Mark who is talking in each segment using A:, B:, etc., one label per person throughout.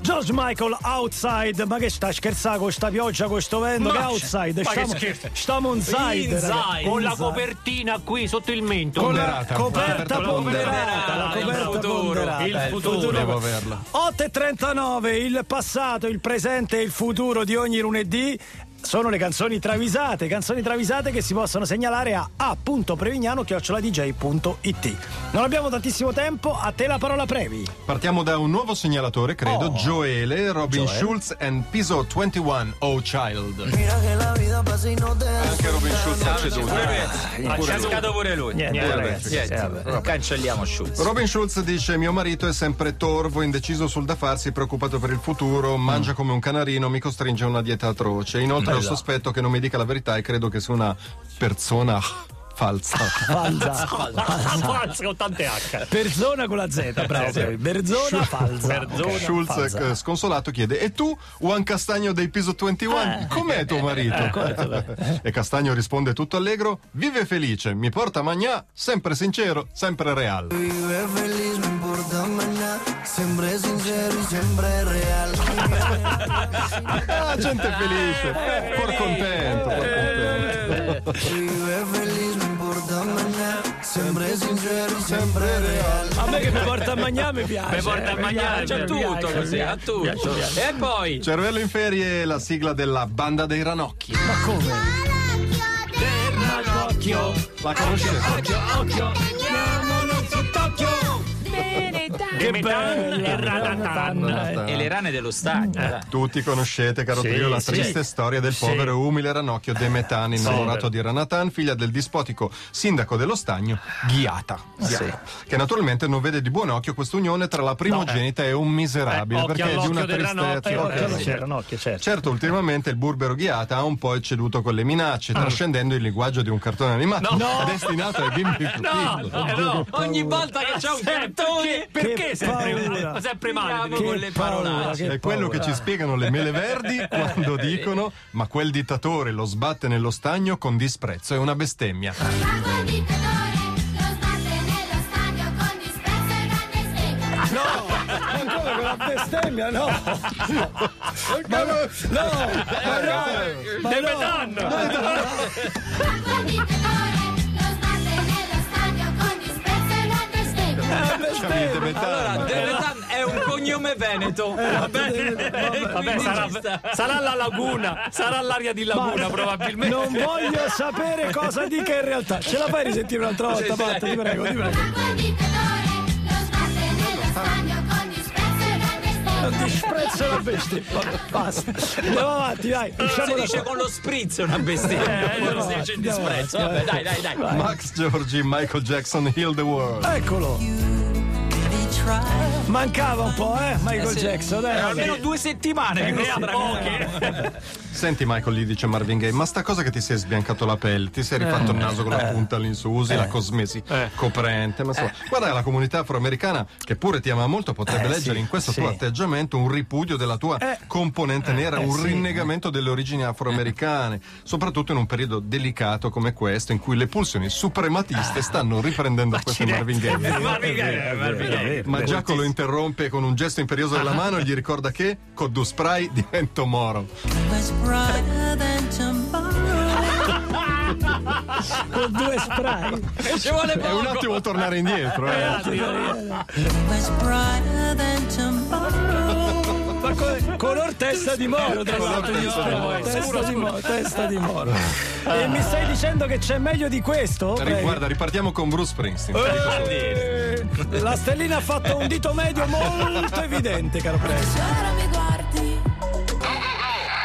A: George Michael outside, ma che sta scherzando con sta pioggia, con sto vento?
B: Ma
A: che
B: c'è-
A: outside?
B: ma che
A: Stiamo,
B: scherzo.
A: stiamo inside,
B: Inside,
A: ragazzi.
C: con la
A: Inside.
C: copertina qui sotto il mento.
A: Con la
D: Ponderata.
A: coperta
D: Coperta
A: ponderata, la
C: ponderata, il
A: coperta
C: futuro,
A: ponderata.
C: il
A: Eh,
C: futuro.
D: Devo averla.
A: 8.39, il passato, il presente e il futuro di ogni lunedì sono le canzoni travisate, canzoni travisate che si possono segnalare a a.prevignano.dj.it. Non abbiamo tantissimo tempo, a te la parola Previ.
D: Partiamo da un nuovo segnalatore, credo, Joele, Robin Schulz and Piso 21, Oh Child.
E: Mira que la vida pasa y no te das
F: Anche Robin Schulz ha ceduto.
B: Ha cascato pure lui.
A: Niente,
D: vabbè,
A: ragazzi.
B: Niente,
A: eh, vabbè.
B: cancelliamo Schulz.
D: Robin Schulz dice: Mio marito è sempre torvo, indeciso sul da farsi, preoccupato per il futuro, mangia come un canarino, mi costringe a una dieta atroce. Inoltre ho il sospetto che non mi dica la verità e credo che sia una persona falsa.
A: Falsa.
C: Forza, con tante H.
A: Persona con la Z, bravo. Previ. Berzona falsa.
C: Berzona
A: Ok,
D: Schulz,
A: falsa.
D: eh, sconsolato, chiede: E tu, Juan Castagno dei Piso 21, com'è eh, tuo marito? e Castagno risponde tutto allegro: Vive felice, mi porta a magnà, sempre sincero, sempre real.
E: Vive feliz, no importa más nada. Siempre sincero y siempre real.
D: Ah, gente felice, por contento, por contento.
E: Vive feliz, no importa más nada. Siempre sincero y siempre real.
A: A me che mi porta a mangiare mi piace. eh,
B: Mi porta eh, a
A: mi
B: mangiare,
A: piace,
B: c'è
A: mi
B: tutto
A: piace,
B: così,
A: mi
B: eh, a
A: piace.
B: tutto. E poi
D: Cervello in ferie è la sigla della banda dei ranocchi.
A: Ma come?
D: La conoscete?
A: Che bello!
C: e ratatan.
B: e le rane dello stagno. dai.
D: Tutti conoscete, caro Trio, la triste storia del povero e umile ranocchio De Metan, innamorato di Ranatan, figlia del dispotico sindaco dello stagno, Ghiata. Ghiata, Che naturalmente non vede di buon occhio quest'unione tra la primogenita e un miserabile,
C: Eh, occhio
D: perché è di una
C: all'occhio del
D: tristezza.
C: ranocchio,
D: ok.
C: occhio all'occhio.
A: C'era un occhio, certo.
D: Certo, ultimamente il burbero Ghiata ha un po' ecceduto con le minacce,
C: Ah.
D: trascendendo il linguaggio di un cartone animato destinato ai bimbi più piccoli.
B: Eh no, ogni volta che c'è un cartone,
A: che
B: perché
A: paura.
B: sempre, sempre male
A: Che
B: con le
A: paura,
B: parolacce?
A: che
D: È quello
A: paura.
D: che ci spiegano le mele verdi quando dicono ma quel dittatore lo sbatte nello stagno con disprezzo, è una bestemmia.
A: Ancora con la bestemmia, no! ma no! No! Ma no! Ma no! La
D: Capite,
A: bestemmia!
D: Betano?
B: Allora, Demetan è un cognome veneto. Va bene?
C: Vabbè,
B: Quindi ci
C: sarà,
B: sta.
C: sarà la laguna, sarà l'aria di laguna probabilmente.
A: Non voglio sapere cosa dica in realtà. Ce la fai risentire un'altra volta, Patta, ti prego, ti prego. Disprezzo la bestemmia. Basta. Andiamo avanti, dai.
B: Non si
A: Usciamo da
B: dice
A: qua.
B: con lo sprizzo una bestemmia,
A: Eh,
B: non
A: andiamo
B: si dice in
A: avanti,
B: disprezzo.
A: andiamo
B: Vabbè, dai, dai, dai.
D: Max Giorgi, Michael Jackson, Heal the World.
A: Eccolo. Mancava un po', eh, Michael Jackson. Eh,
B: Almeno due settimane che ne ha poche.
D: Senti Michael, gli dice Marvin Gaye, ma sta cosa che ti sei sbiancato la pelle, ti sei rifatto il naso con la punta all'insù, usi la cosmesi coprente, ma insomma, guarda la comunità afroamericana che pure ti ama molto potrebbe leggere in questo tuo atteggiamento un ripudio della tua componente nera, un rinnegamento delle origini afroamericane, soprattutto in un periodo delicato come questo in cui le pulsioni suprematiste stanno riprendendo queste Marvin Gaye.
B: Marvin Gaye,
D: Eh,
B: Marvin Gaye.
D: Ma Giacomo lo interrompe con un gesto imperioso della mano e gli ricorda che con due spray divento moro.
A: con due spray.
B: Ci vuole
D: È un attimo tornare indietro, eh.
A: Ma con, color testa di moro,
B: Esatto.
A: tra
D: Color
A: l'altro.
D: testa
A: Testa di
D: di moro.
A: moro, testa di moro. E mi stai dicendo che c'è meglio di questo?
D: Ri- Guarda, ripartiamo con Bruce Springsteen. Eh,
A: Eh, La stellina ha fatto un dito medio molto evidente, caro Prego.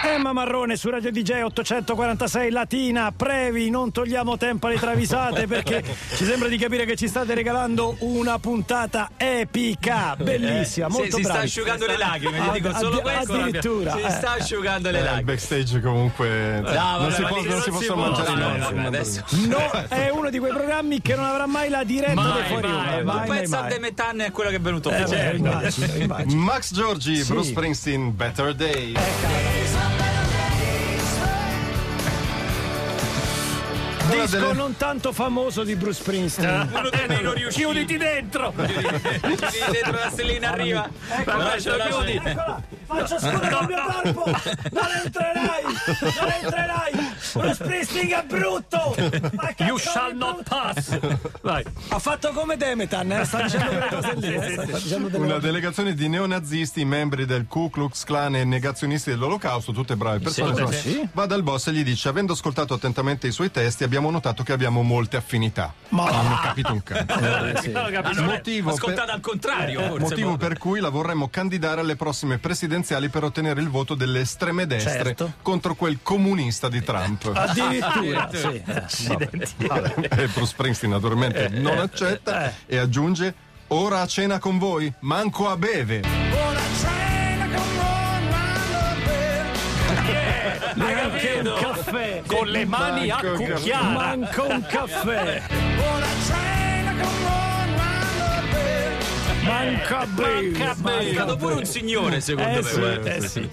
A: Emma Marrone su Radio DJ 846 Latina, previ, non togliamo tempo alle travisate perché ci sembra di capire che ci state regalando una puntata epica, bellissima, molto
B: Eh, si sta
A: bravi.
B: asciugando le lacrime, gli
A: Ah,
B: dico solo
A: addi-
B: questo.
A: addirittura,
B: Si
A: eh.
B: sta asciugando le
D: Eh, il
B: lacrime.
D: backstage comunque non
B: vabbè,
D: si,
B: ma
D: può-
B: dici,
D: non si
B: non si
D: possono
B: può,
D: mangiare i
B: dai,
D: nozze.
B: vabbè,
D: non
B: adesso.
D: per-
A: No, è uno di quei programmi che non avrà mai la diretta di
B: Mai,
A: fuori
B: mai,
A: onda,
B: mai,
A: mai,
B: pensa a
A: mai.
B: Demetan e quello che è venuto Cioè,
A: Eh,
B: fuori.
A: vabbè, immagino, immagino.
D: Max Giorgi,
A: Sì.
D: Bruce Springsteen, Better Day. una
A: disco
D: delle-
A: non tanto famoso di Bruce Springsteen.
B: Uno dei meno riusciti.
C: Chiuditi dentro!
B: Lì dentro la stellina arriva.
A: Ecco,
B: Vabbè,
A: faccio
B: ce la
A: chiudi.
B: so.
A: Eccola, faccio scudo col mio corpo. Non entrerai, non entrerai. Lo Springsteen è brutto. Ma che
C: You
A: cazzo
C: shall
A: è
C: not
A: brutto?
C: pass! Vai.
A: Ha fatto come Demetan, eh, sta dicendo quelle cose lì. eh, sta dicendo delle
D: Una
A: cose-
D: delegazione di neonazisti, membri del Ku Klux Klan e negazionisti dell'olocausto, tutte brave persone.
C: Sì,
D: però,
A: sì.
D: Va dal boss e gli dice: Avendo ascoltato attentamente i suoi testi, abbiamo notato che abbiamo molte affinità.
A: Ma-
D: Non ho capito un cazzo.
C: Non ho capito.
B: Allora,
D: Motivo
B: Ah, ascoltata
D: per-
B: al contrario, forse.
D: Motivo
B: boh.
D: per cui la vorremmo candidare alle prossime presidenziali per ottenere il voto delle estreme destre
A: Certo. Ah,
D: contro quel comunista di Trump.
A: Addirittura, sì.
D: E Bruce Springsteen naturalmente
A: Eh,
D: non accetta e aggiunge ora a cena con voi, manco a beve.
A: Neanche un caffè.
C: Con le mani a
B: Ecco,
D: Manco
C: cucchiara!
A: Manco un caffè. Manca
C: Manca
A: bene.
C: bene.
B: Mancato pure un signore, secondo
A: Eh
B: me.
A: sì, eh
D: sì.
A: sì. Eh.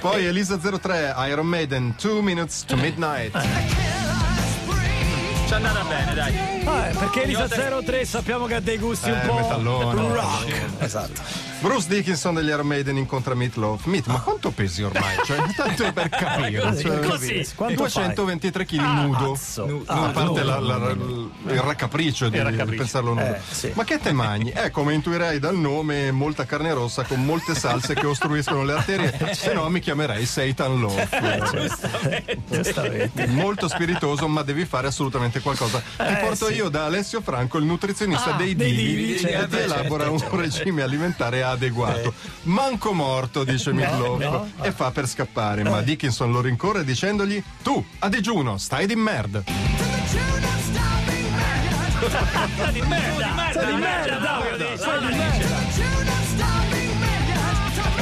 D: Poi Elisa 03, Iron Maiden, 2 minutes to midnight.
A: Ah,
B: Ci è andata bene, dai.
A: Ah, eh, perché Elisa 03 sappiamo che ha dei gusti un
D: Eh,
A: po'
D: metallone.
A: rock. Esatto.
D: Bruce Dickinson degli Iron Maiden incontra Meatloaf. Meat, ma quanto pesi ormai? Cioè, tanto per capire. cioè,
C: Così!
A: Quanto fai?
D: 223 kg nudo.
A: cazzo.
D: Nu-
A: Ah,
D: a parte la- la- la- il raccapriccio di,
C: Il raccapriccio.
D: di pensarlo nudo.
A: Eh, sì.
D: Ma che te mangi? Eh, come intuirei dal nome, molta carne rossa con molte salse che ostruiscono le arterie, se
A: Certo.
D: no mi chiamerei Satan Loaf.
A: Giustamente.
D: Molto spiritoso, ma devi fare assolutamente qualcosa. Ti porto io da Alessio Franco, il nutrizionista dei
A: Eh, Ah, dei
D: divi,
A: divi,
D: che
A: certo, Eh.
D: ti elabora un regime alimentare adeguato. Manco morto, dice Meatloaf, e fa per scappare,
A: Eh.
D: ma Dickinson lo rincorre dicendogli: Tu, a digiuno, stai di merda.
C: Di merda! Di merda! Di merda! voglio dire.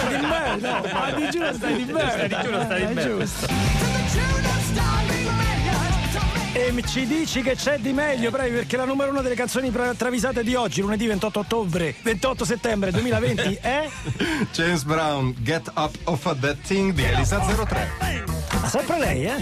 A: Di me, no, ma di giuro stai di me.
C: Stai di giuro, stai di
A: È
C: me.
A: giusto. E m- ci dici che c'è di meglio, bravi, perché la numero una delle canzoni pra- travisate di oggi, lunedì 28 ottobre, 28 settembre 2020, è
D: James Brown, Get Up Off of That Thing di Elisa 03.
A: sempre lei, eh?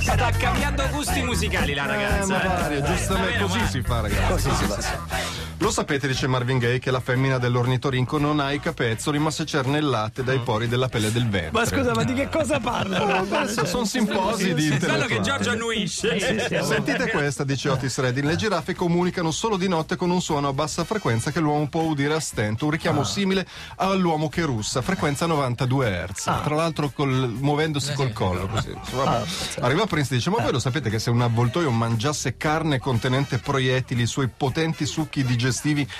B: Sta cambiando gusti musicali la
D: Eh, ma
B: ragazza. eh.
D: varia, giustamente
B: Davvero,
D: così
B: ma-
D: si fa, ragazzi. Così si fa. Lo sapete, dice Marvin Gaye, che la femmina dell'ornitorinco non ha i capezzoli, ma se cerne il latte dai pori della pelle del vetro.
A: Ma scusa, ma di che cosa parla?
D: sono simposi di
B: Bello
D: intellettuali.
B: che Giorgio annuisce.
D: Sentite questa, dice Otis Redding. Le giraffe comunicano solo di notte con un suono a bassa frequenza che l'uomo può udire a stento, un
C: Ah.
D: richiamo simile all'uomo che russa, frequenza 92 Hz.
C: Ah.
D: Tra l'altro col- muovendosi col collo. Così. Insomma, Arriva Prince e dice: Ma voi lo sapete che se un avvoltoio mangiasse carne contenente proiettili, i suoi potenti succhi digestivi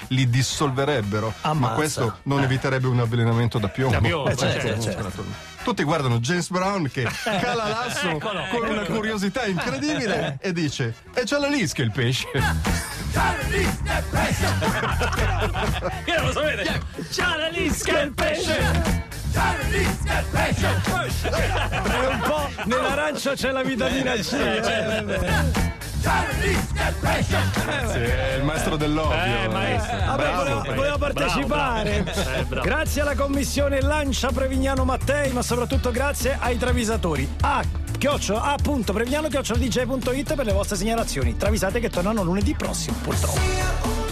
D: li dissolverebbero. Ma
A: Ammazza.
D: questo non eviterebbe un avvelenamento da piombo.
C: Eh. Da piombo, Eh, certo,
D: Naturalmente. Tutti guardano James Brown che cala l'asso con una curiosità incredibile
A: Eh.
D: e dice: E c'è la lisca il pesce.
C: Che non lo sapete? Ciao la lisca il pesce!
A: È un po' nell'arancia c'è la vitamina C. eh.
D: Sì, è il maestro dell'ovvio.
C: Eh, maestro.
A: Vabbè, volevo, volevo partecipare.
C: Eh, bravo.
A: Grazie alla commissione Lancia Prevignano Mattei, ma soprattutto grazie ai travisatori. A chioccio, a punto, prevignano, chioccio, dj.it per le vostre segnalazioni. Travisate che tornano lunedì prossimo, purtroppo.
E: Sia un